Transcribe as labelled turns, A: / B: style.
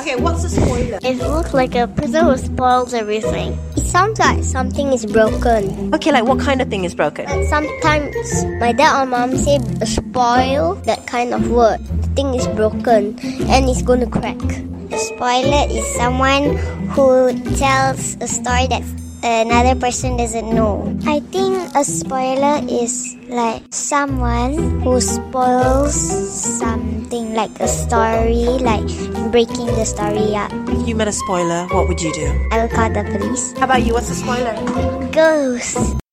A: Okay, what's the spoiler?
B: It looks like a prison who spoils everything.
C: It sounds like something is broken.
D: Okay, like what kind of thing is broken?
C: But sometimes my dad or mom say spoil, that kind of word. The thing is broken and it's going to crack.
E: A spoiler is someone who tells a story that another person doesn't know. I think a spoiler is like someone who spoils something, like a story, like breaking the story up.
D: If you met a spoiler, what would you do?
E: I will call the police.
A: How about you? What's the spoiler?
E: Ghost.